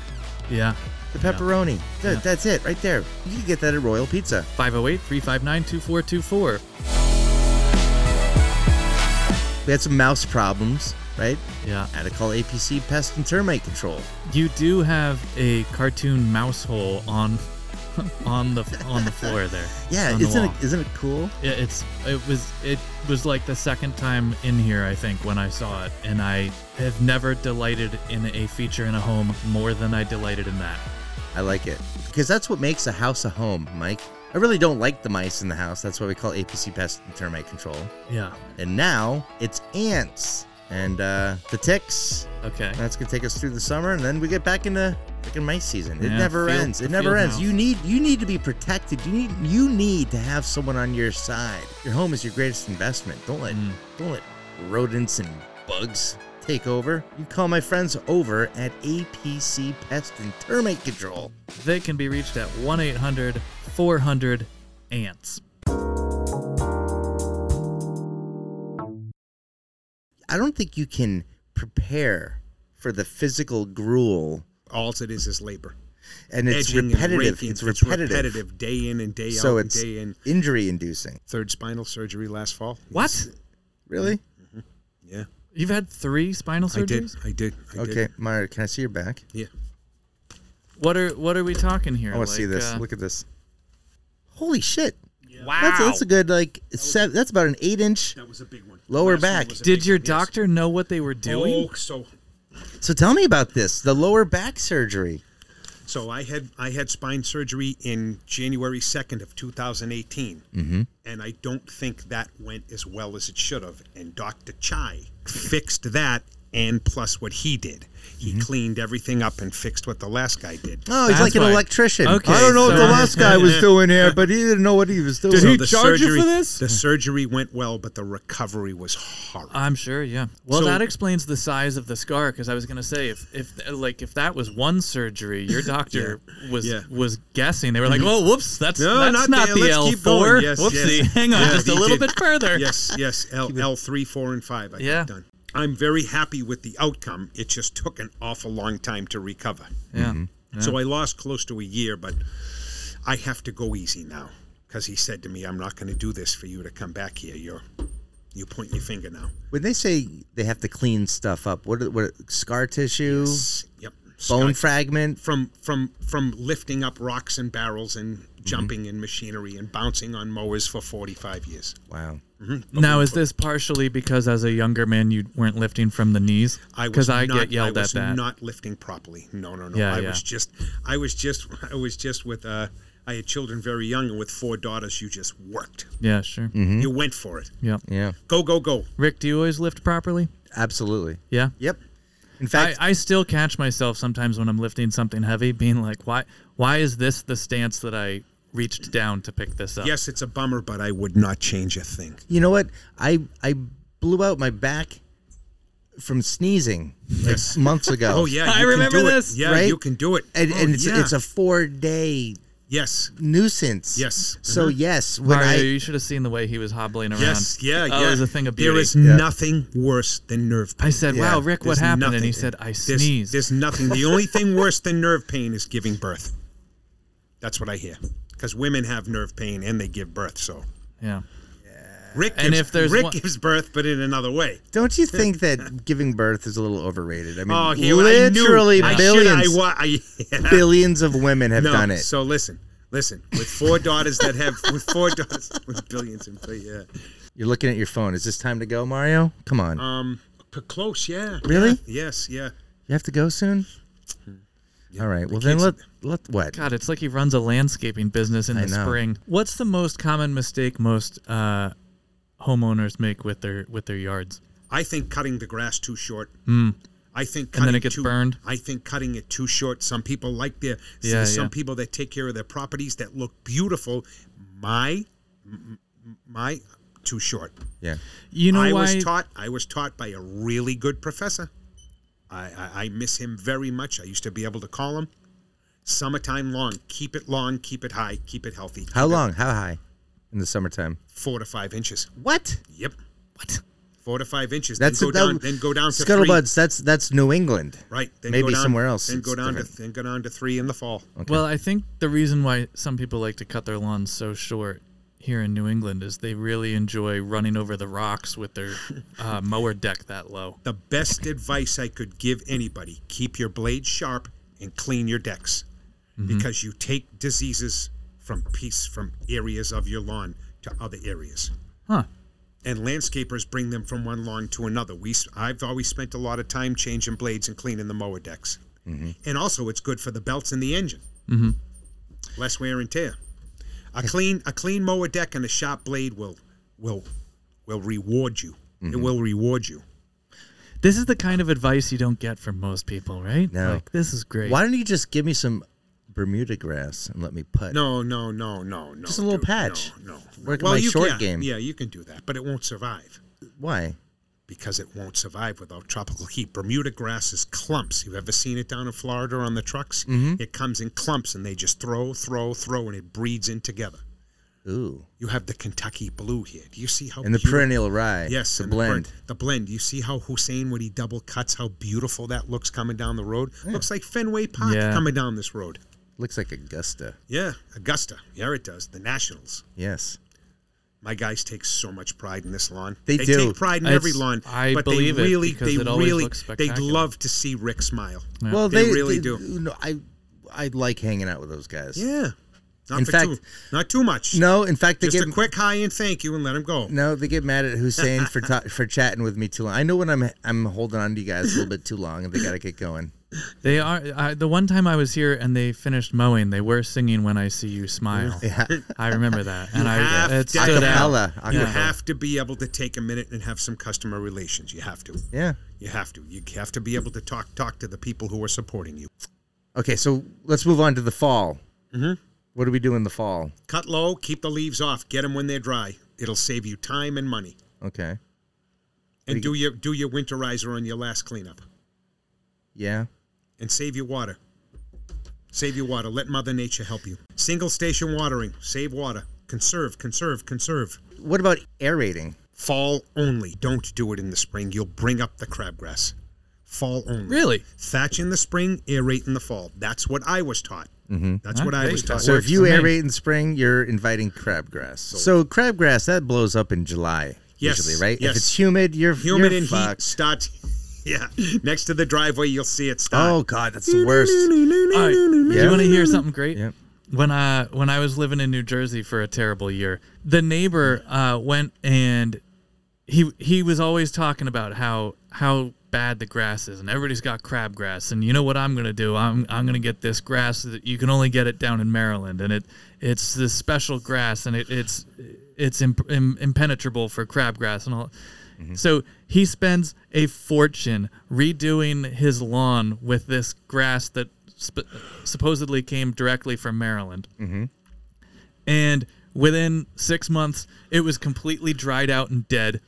[SPEAKER 2] Yeah.
[SPEAKER 1] The pepperoni. Th- That's it, right there. You can get that at Royal Pizza.
[SPEAKER 2] 508 359 2424.
[SPEAKER 1] We had some mouse problems, right?
[SPEAKER 2] Yeah.
[SPEAKER 1] Had to call APC Pest and Termite Control.
[SPEAKER 2] You do have a cartoon mouse hole on on the on the floor there.
[SPEAKER 1] Yeah,
[SPEAKER 2] on the
[SPEAKER 1] isn't
[SPEAKER 2] wall.
[SPEAKER 1] it, isn't it cool?
[SPEAKER 2] It- it's it was it was like the second time in here I think when I saw it, and I have never delighted in a feature in a home more than I delighted in that.
[SPEAKER 1] I like it because that's what makes a house a home, Mike. I really don't like the mice in the house. That's why we call APC Pest and Termite Control.
[SPEAKER 2] Yeah.
[SPEAKER 1] And now it's ants and uh, the ticks.
[SPEAKER 2] Okay.
[SPEAKER 1] That's gonna take us through the summer, and then we get back into freaking mice season. It
[SPEAKER 2] Yeah,
[SPEAKER 1] never
[SPEAKER 2] field-
[SPEAKER 1] ends. It
[SPEAKER 2] the
[SPEAKER 1] never
[SPEAKER 2] field
[SPEAKER 1] ends.
[SPEAKER 2] mouse.
[SPEAKER 1] You need you need to be protected. You need you need to have someone on your side. Your home is your greatest investment. Don't let don't let rodents and bugs take over, you call my friends over at APC Pest and Termite Control.
[SPEAKER 2] They can be reached at 1 800 400 ANTS.
[SPEAKER 1] I don't think you can prepare for the physical gruel,
[SPEAKER 4] All it is is labor.
[SPEAKER 1] and it's
[SPEAKER 4] Edging and
[SPEAKER 1] repetitive.
[SPEAKER 4] raking.
[SPEAKER 1] It's repetitive.
[SPEAKER 4] repetitive day in and day
[SPEAKER 1] So
[SPEAKER 4] out.
[SPEAKER 1] it's
[SPEAKER 4] day in.
[SPEAKER 1] injury inducing.
[SPEAKER 4] Third spinal surgery last fall.
[SPEAKER 2] What?
[SPEAKER 1] Really?
[SPEAKER 2] Mm-hmm.
[SPEAKER 4] Yeah,
[SPEAKER 2] You've had three spinal
[SPEAKER 4] I did.
[SPEAKER 2] surgeries?
[SPEAKER 4] I did. I
[SPEAKER 1] Okay,
[SPEAKER 4] Did.
[SPEAKER 1] Myra, can I see your back?
[SPEAKER 4] Yeah.
[SPEAKER 2] What are What are we talking here?
[SPEAKER 1] I want to see
[SPEAKER 2] Like,
[SPEAKER 1] this.
[SPEAKER 2] uh,
[SPEAKER 1] Look at this. Holy shit!
[SPEAKER 2] wow.
[SPEAKER 1] That's that's a good like. Seven, that's about an eight inch.
[SPEAKER 4] That was a big one.
[SPEAKER 1] Lower
[SPEAKER 4] Last one
[SPEAKER 1] back.
[SPEAKER 4] was a
[SPEAKER 2] did
[SPEAKER 4] big
[SPEAKER 2] your
[SPEAKER 4] one, yes.
[SPEAKER 2] doctor know what they were doing?
[SPEAKER 4] Oh, so
[SPEAKER 1] So tell me about this. The lower back surgery.
[SPEAKER 4] So I had I had spine surgery in January second of two thousand eighteen,
[SPEAKER 1] Mm-hmm.
[SPEAKER 4] and I don't think that went as well as it should have. And Doctor Chai fixed that, and plus what he did, he cleaned everything up and fixed what the last guy did.
[SPEAKER 1] Mm-hmm. Oh, he's
[SPEAKER 2] That's
[SPEAKER 1] like an
[SPEAKER 2] why-
[SPEAKER 1] electrician.
[SPEAKER 2] Okay,
[SPEAKER 1] I don't know what
[SPEAKER 2] so-
[SPEAKER 1] the last guy was doing here, but he didn't know what he was doing.
[SPEAKER 2] Did he
[SPEAKER 4] the
[SPEAKER 2] charge you for this?
[SPEAKER 4] The surgery went well, but the recovery was horrible.
[SPEAKER 2] I'm sure, yeah. Well,
[SPEAKER 4] So-
[SPEAKER 2] that explains the size of the scar because I was gonna say if if like if that was one surgery, your doctor was
[SPEAKER 4] yeah. Mm-hmm.
[SPEAKER 2] was guessing. They were like, "Oh, whoops, that's
[SPEAKER 4] No,
[SPEAKER 2] that's
[SPEAKER 4] not
[SPEAKER 2] not
[SPEAKER 4] there.
[SPEAKER 2] the
[SPEAKER 4] Let's
[SPEAKER 2] L
[SPEAKER 4] keep
[SPEAKER 2] four.
[SPEAKER 4] going. Yes,
[SPEAKER 2] Whoopsie,
[SPEAKER 4] yes.
[SPEAKER 2] hang on,
[SPEAKER 4] Yeah,
[SPEAKER 2] just a
[SPEAKER 4] he
[SPEAKER 2] little
[SPEAKER 4] did.
[SPEAKER 2] bit further."
[SPEAKER 4] yes, yes, L L three, four, and five. I got
[SPEAKER 2] Yeah.
[SPEAKER 4] done. I'm very happy with the outcome. It just took an awful long time to recover.
[SPEAKER 2] yeah.
[SPEAKER 4] So I lost close to a year, but I have to go easy now because he said to me, "I'm not going to do this for you to come back here. You're you point your finger now."
[SPEAKER 1] When they say they have to clean stuff up, what are- what are- scar tissue,
[SPEAKER 4] Yep.
[SPEAKER 1] bone
[SPEAKER 4] Scott,
[SPEAKER 1] fragment,
[SPEAKER 4] from from from lifting up rocks and barrels and jumping in machinery and bouncing on mowers for 45 years.
[SPEAKER 1] Wow.
[SPEAKER 2] Mm-hmm. Now, is this partially because as a younger man you weren't lifting from the knees?
[SPEAKER 4] I was
[SPEAKER 2] Because I
[SPEAKER 4] not,
[SPEAKER 2] get yelled
[SPEAKER 4] I was
[SPEAKER 2] at that.
[SPEAKER 4] Not lifting properly. No, no, no.
[SPEAKER 2] Yeah,
[SPEAKER 4] I
[SPEAKER 2] yeah.
[SPEAKER 4] was just, I was just, I was just with. Uh, I had children very young, and with four daughters, you just worked.
[SPEAKER 2] yeah, sure.
[SPEAKER 4] You went for it.
[SPEAKER 2] Yeah.
[SPEAKER 1] Yeah.
[SPEAKER 4] Go, go, go.
[SPEAKER 2] Rick, do you always lift properly?
[SPEAKER 1] Absolutely.
[SPEAKER 2] Yeah.
[SPEAKER 1] Yep. In
[SPEAKER 2] I,
[SPEAKER 1] fact,
[SPEAKER 2] I still catch myself sometimes when I'm lifting something heavy, being like, "Why? Why is this the stance that I reached down to pick this up?"
[SPEAKER 4] Yes, it's a bummer, but I would not change a thing.
[SPEAKER 1] you know what? I I blew out my back from sneezing
[SPEAKER 4] Yes.
[SPEAKER 1] months ago.
[SPEAKER 4] Oh yeah,
[SPEAKER 2] I
[SPEAKER 4] you can
[SPEAKER 2] remember
[SPEAKER 4] do it.
[SPEAKER 2] this.
[SPEAKER 4] Yeah,
[SPEAKER 1] Right?
[SPEAKER 4] you can do it.
[SPEAKER 1] And,
[SPEAKER 4] Oh,
[SPEAKER 1] and it's,
[SPEAKER 4] yeah.
[SPEAKER 1] it's a four day
[SPEAKER 4] yes,
[SPEAKER 1] nuisance.
[SPEAKER 4] Yes. Mm-hmm.
[SPEAKER 1] So yes, when
[SPEAKER 2] Mario,
[SPEAKER 1] I
[SPEAKER 2] you should have seen the way he was hobbling around.
[SPEAKER 4] yes, yeah,
[SPEAKER 2] Oh,
[SPEAKER 4] yeah.
[SPEAKER 2] It was a thing of
[SPEAKER 4] There
[SPEAKER 2] beauty.
[SPEAKER 4] is nothing worse than nerve pain.
[SPEAKER 2] I said,
[SPEAKER 1] Yeah,
[SPEAKER 2] "Wow, Rick, what
[SPEAKER 4] There's
[SPEAKER 2] happened?"
[SPEAKER 4] nothing.
[SPEAKER 2] And he said, "I
[SPEAKER 4] There's-
[SPEAKER 2] sneezed."
[SPEAKER 4] There's nothing. The only thing worse than nerve pain is giving birth. That's what I hear. Because women have nerve pain and they give birth. So
[SPEAKER 2] yeah.
[SPEAKER 4] Rick gives,
[SPEAKER 2] And if there's
[SPEAKER 4] Rick
[SPEAKER 2] one-
[SPEAKER 4] gives birth, but in another way.
[SPEAKER 1] don't you think that giving birth is a little overrated? I mean,
[SPEAKER 4] Oh, here
[SPEAKER 1] literally
[SPEAKER 4] I knew. I
[SPEAKER 1] billions,
[SPEAKER 4] should, I, wa- I,
[SPEAKER 1] billions of women have
[SPEAKER 4] no,
[SPEAKER 1] done it.
[SPEAKER 4] So listen, listen. With four daughters that have, with four daughters, with billions and billions. Yeah.
[SPEAKER 1] You're looking at your phone. Is this time to go, Mario? Come on.
[SPEAKER 4] Um, c- close, yeah.
[SPEAKER 1] Really?
[SPEAKER 4] Yeah, Yes, yeah.
[SPEAKER 1] you have to go soon. All right. Well, then let
[SPEAKER 4] kids-
[SPEAKER 1] let what?
[SPEAKER 2] God, it's like he runs a landscaping business in the
[SPEAKER 1] know.
[SPEAKER 2] spring. What's the most common mistake most uh, homeowners make with their with their yards?
[SPEAKER 4] I think cutting the grass too short. I think
[SPEAKER 2] Hmm. And
[SPEAKER 4] cutting
[SPEAKER 2] then it gets
[SPEAKER 4] too,
[SPEAKER 2] burned?
[SPEAKER 4] I think cutting it too short. Some people like their
[SPEAKER 2] Yeah,
[SPEAKER 4] there's some
[SPEAKER 2] yeah.
[SPEAKER 4] people that take care of their properties that look beautiful. My m- m- my too short.
[SPEAKER 1] Yeah.
[SPEAKER 2] You know
[SPEAKER 4] I
[SPEAKER 2] why?
[SPEAKER 4] was taught I was taught by a really good professor. I, I, I miss him very much. I used to be able to call him. Summertime long. Keep it long, keep it high, keep it healthy.
[SPEAKER 1] How
[SPEAKER 4] keep it
[SPEAKER 1] long? How high? In the summertime.
[SPEAKER 4] four to five inches.
[SPEAKER 1] What?
[SPEAKER 4] Yep.
[SPEAKER 2] what?
[SPEAKER 4] Four to five inches.
[SPEAKER 1] That's
[SPEAKER 4] then go
[SPEAKER 1] that-
[SPEAKER 4] down then go down to three.
[SPEAKER 1] scuttlebuds. That's that's New England.
[SPEAKER 4] Right. Then
[SPEAKER 1] Maybe
[SPEAKER 4] go down,
[SPEAKER 1] somewhere else
[SPEAKER 4] Then
[SPEAKER 1] it's
[SPEAKER 4] go down
[SPEAKER 1] different.
[SPEAKER 4] to then go down to three in the fall.
[SPEAKER 2] Well, I think the reason why some people like to cut their lawns so short here in New England is they really enjoy running over the rocks with their uh, mower deck that low.
[SPEAKER 4] The best advice I could give anybody: keep your blade sharp and clean your decks, because you take diseases from piece from areas of your lawn to other areas.
[SPEAKER 2] Huh.
[SPEAKER 4] And landscapers bring them from one lawn to another. We s- I've always spent a lot of time changing blades and cleaning the mower decks, and also it's good for the belts in the engine. Less wear and tear. A clean a clean mower deck and a sharp blade will will will reward you. It will reward you.
[SPEAKER 2] This is the kind of advice you don't get from most people, right?
[SPEAKER 1] No.
[SPEAKER 2] Like, this is great.
[SPEAKER 1] Why don't you just give me some Bermuda grass and let me putt?
[SPEAKER 4] No, no, no, no, no.
[SPEAKER 1] Just a little
[SPEAKER 4] dude,
[SPEAKER 1] patch.
[SPEAKER 4] No, no.
[SPEAKER 1] Work my short
[SPEAKER 4] yeah,
[SPEAKER 1] game.
[SPEAKER 4] Yeah, you can do that, but it won't survive
[SPEAKER 1] Why?
[SPEAKER 4] because it won't survive without tropical heat. Bermuda grass is clumps. You've ever seen it down in Florida on the trucks?
[SPEAKER 1] Mm-hmm.
[SPEAKER 4] It comes in clumps and they just throw, throw, throw, and it breeds in together.
[SPEAKER 1] Ooh.
[SPEAKER 4] You have the Kentucky blue here. Do you see how
[SPEAKER 1] And the
[SPEAKER 4] beautiful-
[SPEAKER 1] perennial rye.
[SPEAKER 4] Yes,
[SPEAKER 1] The
[SPEAKER 4] and the
[SPEAKER 1] blend.
[SPEAKER 4] blend. The blend. You see how Hussein when he double cuts, how beautiful that looks coming down the road. Looks like Fenway Park
[SPEAKER 2] Yeah.
[SPEAKER 4] coming down this road.
[SPEAKER 1] Looks like Augusta.
[SPEAKER 4] Yeah, Augusta. Yeah, it does. The Nationals.
[SPEAKER 1] Yes.
[SPEAKER 4] My guys take so much pride in this lawn.
[SPEAKER 1] They do.
[SPEAKER 4] take pride in
[SPEAKER 2] It's-
[SPEAKER 4] every lawn.
[SPEAKER 2] I
[SPEAKER 4] but
[SPEAKER 2] believe
[SPEAKER 4] they
[SPEAKER 2] it
[SPEAKER 4] really,
[SPEAKER 2] because
[SPEAKER 4] they
[SPEAKER 2] it always
[SPEAKER 4] really,
[SPEAKER 2] looks
[SPEAKER 4] they
[SPEAKER 2] spectacular.
[SPEAKER 4] love to see Rick smile.
[SPEAKER 1] Well,
[SPEAKER 4] Uh, They
[SPEAKER 1] they,
[SPEAKER 4] really
[SPEAKER 1] they-
[SPEAKER 4] do.
[SPEAKER 1] No, I I like hanging out with those guys.
[SPEAKER 4] Yeah. Not
[SPEAKER 1] In
[SPEAKER 4] for
[SPEAKER 1] fact-
[SPEAKER 4] too, not too much.
[SPEAKER 1] No, in fact, they
[SPEAKER 4] just
[SPEAKER 1] get
[SPEAKER 4] a quick hi and thank you and let him go.
[SPEAKER 1] no, they get mad at Hussein for ta- for chatting with me too long. I know when I'm I'm holding on to you guys a little bit too long, and they gotta get going.
[SPEAKER 2] They are I, the one time I was here and they finished mowing. They were singing "When I See You Smile."
[SPEAKER 1] Yeah,
[SPEAKER 2] I remember that, and
[SPEAKER 4] have
[SPEAKER 2] I it
[SPEAKER 4] to-
[SPEAKER 2] stood out.
[SPEAKER 1] acapella. acapella.
[SPEAKER 4] You have to be able to take a minute and have some customer relations. You have to.
[SPEAKER 1] yeah.
[SPEAKER 4] You have to. You have to be able to talk talk to the people who are supporting you.
[SPEAKER 1] Okay, so let's move on to the fall. Mm-hmm. What do we do in the fall?
[SPEAKER 4] Cut low, keep the leaves off, get them when they're dry. It'll save you time and money.
[SPEAKER 1] Okay.
[SPEAKER 4] And do your do your winterizer on your last cleanup,
[SPEAKER 1] Yeah.
[SPEAKER 4] and save your water. Save your water. Let Mother Nature help you. Single station watering. Save water. Conserve. Conserve. Conserve.
[SPEAKER 1] What about aerating?
[SPEAKER 4] Fall only. Don't do it in the spring. You'll bring up the crabgrass. Fall only.
[SPEAKER 2] Really?
[SPEAKER 4] Thatch in the spring, aerate in the fall. That's what I was taught. Mm-hmm. That's what I
[SPEAKER 2] Okay.
[SPEAKER 4] was taught.
[SPEAKER 1] So if you
[SPEAKER 2] for
[SPEAKER 1] aerate
[SPEAKER 2] me.
[SPEAKER 1] in spring, you're inviting crabgrass. So crabgrass that blows up in July
[SPEAKER 4] Yes,
[SPEAKER 1] usually, right?
[SPEAKER 4] yes.
[SPEAKER 1] If it's humid, you're
[SPEAKER 4] humid
[SPEAKER 1] you're
[SPEAKER 4] and heat
[SPEAKER 1] fucked.
[SPEAKER 4] starts. Yeah, next to the driveway, you'll see it start.
[SPEAKER 1] Oh god, that's the worst.
[SPEAKER 2] All right,
[SPEAKER 1] Yeah.
[SPEAKER 2] you want to hear something great?
[SPEAKER 1] Yep.
[SPEAKER 2] When I when I was living in New Jersey for a terrible year, the neighbor uh, went and he he was always talking about how how bad the grass is, and everybody's got crabgrass, and you know what I'm gonna do? I'm I'm gonna get this grass that you can only get it down in Maryland, and it it's this special grass, and it, it's it's imp- im- impenetrable for crabgrass and all. So he spends a fortune redoing his lawn with this grass that sp- supposedly came directly from Maryland and within six months it was completely dried out and dead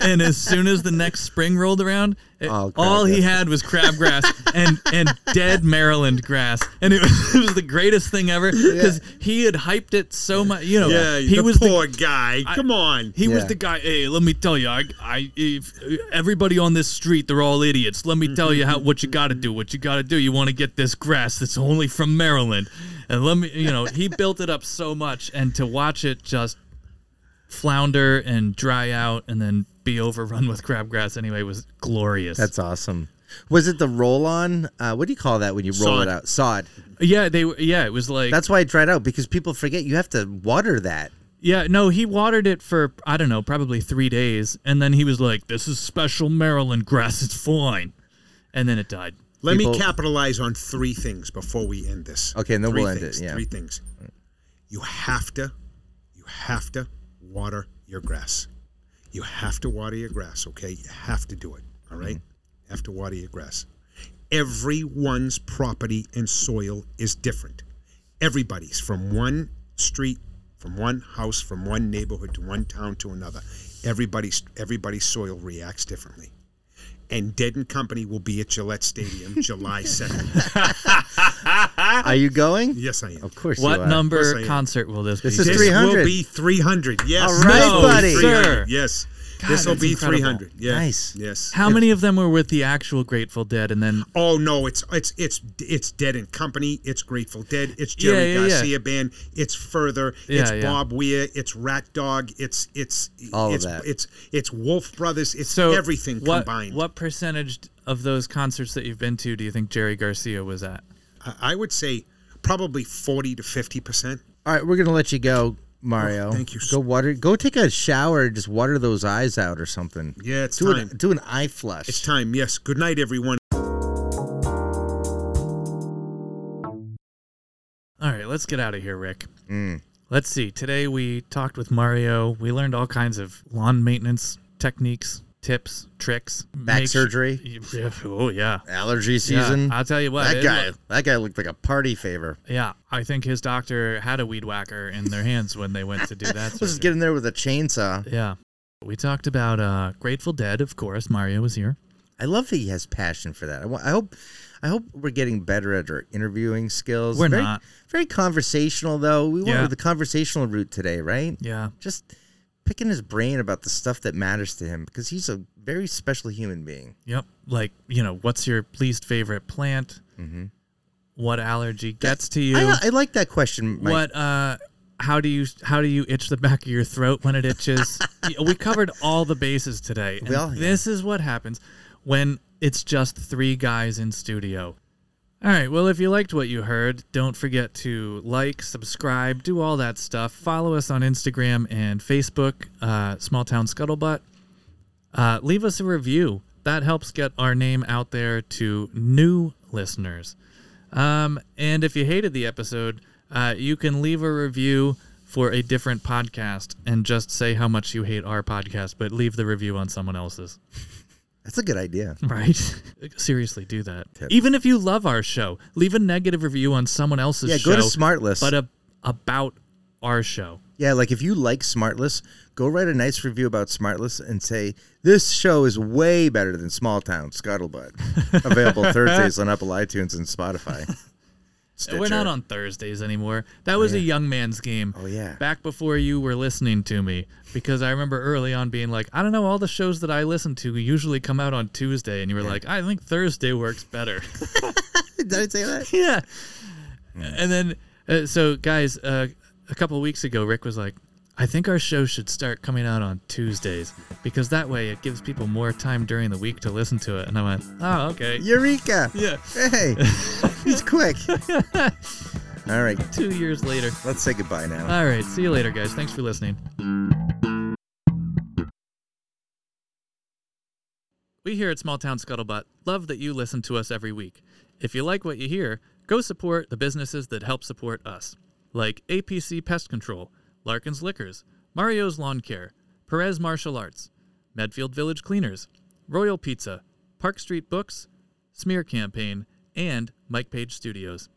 [SPEAKER 2] and as soon as the next spring rolled around it-
[SPEAKER 4] Oh,
[SPEAKER 1] All
[SPEAKER 2] all he
[SPEAKER 1] crabgrass.
[SPEAKER 2] had was crabgrass and, and dead maryland grass and it was, it was the greatest thing ever because he had hyped it so much you know
[SPEAKER 4] yeah,
[SPEAKER 2] he
[SPEAKER 4] the
[SPEAKER 2] was the
[SPEAKER 4] poor guy. Come on.
[SPEAKER 2] he was
[SPEAKER 1] Yeah.
[SPEAKER 2] the guy. Hey, let me tell you, I, I, if everybody on this street, they're all idiots. Let me tell you how what you got to do. What you got to do. You want to get this grass that's only from Maryland, and let me, you know, he built it up so much, and to watch it just flounder and dry out, and then be overrun with crabgrass anyway was glorious.
[SPEAKER 1] That's awesome. Was it the roll on? Uh, what do you call that when you roll
[SPEAKER 4] Sod.
[SPEAKER 1] it out? Sod.
[SPEAKER 2] yeah, they were- yeah, it was like
[SPEAKER 1] That's why it dried out because people forget you have to water that.
[SPEAKER 2] Yeah, no, he watered it for I don't know, probably three days, and then he was like, "This is special Maryland grass. It's fine," and then it died.
[SPEAKER 4] Let
[SPEAKER 1] people-
[SPEAKER 4] me capitalize on three things before we end this.
[SPEAKER 1] Okay, and then
[SPEAKER 4] Three
[SPEAKER 1] we'll end
[SPEAKER 4] things,
[SPEAKER 1] it, yeah.
[SPEAKER 4] Three things. You have to, you have to water your grass. You have to water your grass. Okay, you have to do it. All right?
[SPEAKER 1] Mm-hmm.
[SPEAKER 4] You have to water your grass. Everyone's property and soil is different. Everybody's from one street, from one house, from one neighborhood to one town to another. Everybody's everybody's soil reacts differently and Dead and Company will be at Gillette Stadium July 2nd. Ah.
[SPEAKER 1] Are you going?
[SPEAKER 4] Yes, I am.
[SPEAKER 1] Of course you
[SPEAKER 2] What
[SPEAKER 1] are.
[SPEAKER 4] Of
[SPEAKER 2] number
[SPEAKER 4] course I am.
[SPEAKER 2] concert will this be?
[SPEAKER 1] uh, This is
[SPEAKER 4] This
[SPEAKER 1] 300.
[SPEAKER 4] will be 300. Yes.
[SPEAKER 1] All right,
[SPEAKER 4] This will be
[SPEAKER 1] buddy.
[SPEAKER 4] 300.
[SPEAKER 2] Sir.
[SPEAKER 4] Yes.
[SPEAKER 2] God,
[SPEAKER 4] this will
[SPEAKER 2] that's
[SPEAKER 4] be
[SPEAKER 2] incredible.
[SPEAKER 4] 300. Yeah.
[SPEAKER 1] Nice.
[SPEAKER 4] Yes.
[SPEAKER 2] How many of them were with the actual Grateful Dead, and then
[SPEAKER 4] Oh no, it's it's it's it's Dead and Company, it's Grateful Dead, it's Jerry
[SPEAKER 2] Yeah, yeah, yeah.
[SPEAKER 4] Garcia band, it's Further,
[SPEAKER 2] Yeah,
[SPEAKER 4] it's
[SPEAKER 2] yeah.
[SPEAKER 4] Bob Weir, it's Rat Dog, it's it's
[SPEAKER 1] All of
[SPEAKER 4] it's,
[SPEAKER 1] that.
[SPEAKER 4] it's it's Wolf Brothers, it's
[SPEAKER 2] so
[SPEAKER 4] everything
[SPEAKER 2] what,
[SPEAKER 4] combined.
[SPEAKER 2] What percentage of those concerts that you've been to do you think Jerry Garcia was at?
[SPEAKER 4] I- I would say probably 40 to 50%.
[SPEAKER 1] All right, we're gonna let you go, Mario.
[SPEAKER 4] Oh, thank you.
[SPEAKER 1] Go water. Go take a shower. and Just water those eyes out or something.
[SPEAKER 4] Yeah, it's
[SPEAKER 1] do
[SPEAKER 4] time.
[SPEAKER 1] An, do an eye flush.
[SPEAKER 4] It's time. Yes. Good night everyone.
[SPEAKER 2] All right, let's get out of here, Rick. Let's see. Today we talked with Mario. We learned all kinds of lawn maintenance techniques, tips, tricks.
[SPEAKER 1] Back
[SPEAKER 2] Make su-
[SPEAKER 1] surgery.
[SPEAKER 2] Yeah, Oh yeah.
[SPEAKER 1] Allergy
[SPEAKER 2] Yeah,
[SPEAKER 1] season.
[SPEAKER 2] I'll tell you what.
[SPEAKER 1] that
[SPEAKER 2] it
[SPEAKER 1] guy.
[SPEAKER 2] look-
[SPEAKER 1] that guy looked like a party favor.
[SPEAKER 2] yeah, I think his doctor had a weed whacker in their hands when they went to do that.
[SPEAKER 1] Let's
[SPEAKER 2] surgery.
[SPEAKER 1] just get in there with a chainsaw.
[SPEAKER 2] yeah. We talked about uh, Grateful Dead, of course. Mario was here.
[SPEAKER 1] I love that he has passion for that. I, wa- I hope, I hope we're getting better at our interviewing skills.
[SPEAKER 2] We're
[SPEAKER 1] very,
[SPEAKER 2] not.
[SPEAKER 1] very conversational though. We went
[SPEAKER 2] Yeah.
[SPEAKER 1] with the conversational route today, right?
[SPEAKER 2] Yeah.
[SPEAKER 1] Just picking his brain about the stuff that matters to him because he's a very special human being.
[SPEAKER 2] Yep. Like, you know, what's your least favorite plant? Mm-hmm. What allergy gets to you?
[SPEAKER 1] I, I like that question, Mike.
[SPEAKER 2] what uh how do you how do you itch the back of your throat when it itches? Yeah, we covered all the bases today. and
[SPEAKER 1] Well, yeah.
[SPEAKER 2] this is what happens when it's just three guys in studio. All right, well if you liked what you heard, don't forget to like, subscribe, do all that stuff. Follow us on Instagram and Facebook, uh Small Town Scuttlebutt. Uh leave us a review. That helps get our name out there to new listeners. Um, and if you hated the episode, uh, you can leave a review for a different podcast and just say how much you hate our podcast, but leave the review on someone else's.
[SPEAKER 1] That's a good idea.
[SPEAKER 2] Right? Seriously, do that. Even if you love our show, leave a negative review on someone else's
[SPEAKER 1] Yeah,
[SPEAKER 2] show.
[SPEAKER 1] go to Smartless.
[SPEAKER 2] But a, about our show.
[SPEAKER 1] Yeah, like if you like Smartless, go write a nice review about Smartless and say this show is way better than Small Town Scuttlebutt. Available Thursdays on Apple iTunes and Spotify.
[SPEAKER 2] We're not
[SPEAKER 1] Stitcher.
[SPEAKER 2] on Thursdays anymore. That was a young man's game.
[SPEAKER 1] Oh, yeah.
[SPEAKER 2] Back before you were listening to me, because I remember early on being like, I don't know, all the shows that I listen to usually come out on Tuesday, and you were like, I think Thursday works better.
[SPEAKER 1] Did I say that?
[SPEAKER 2] yeah. And then, uh, so guys, uh, a couple of weeks ago, Rick was like, I think our show should start coming out on Tuesdays because that way it gives people more time during the week to listen to it. And I went, Oh, okay.
[SPEAKER 1] Eureka!
[SPEAKER 2] Yeah.
[SPEAKER 1] Hey, he's quick. All right,
[SPEAKER 2] Two years later.
[SPEAKER 1] let's say goodbye now.
[SPEAKER 2] All right. See you later, guys. Thanks for listening. We here at Small Town Scuttlebutt love that you listen to us every week. If you like what you hear, go support the businesses that help support us, like APC Pest Control, Larkin's Liquors, Mario's Lawn Care, Perez Martial Arts, Medfield Village Cleaners, Royal Pizza, Park Street Books, Smear Campaign, and Mike Page Studios.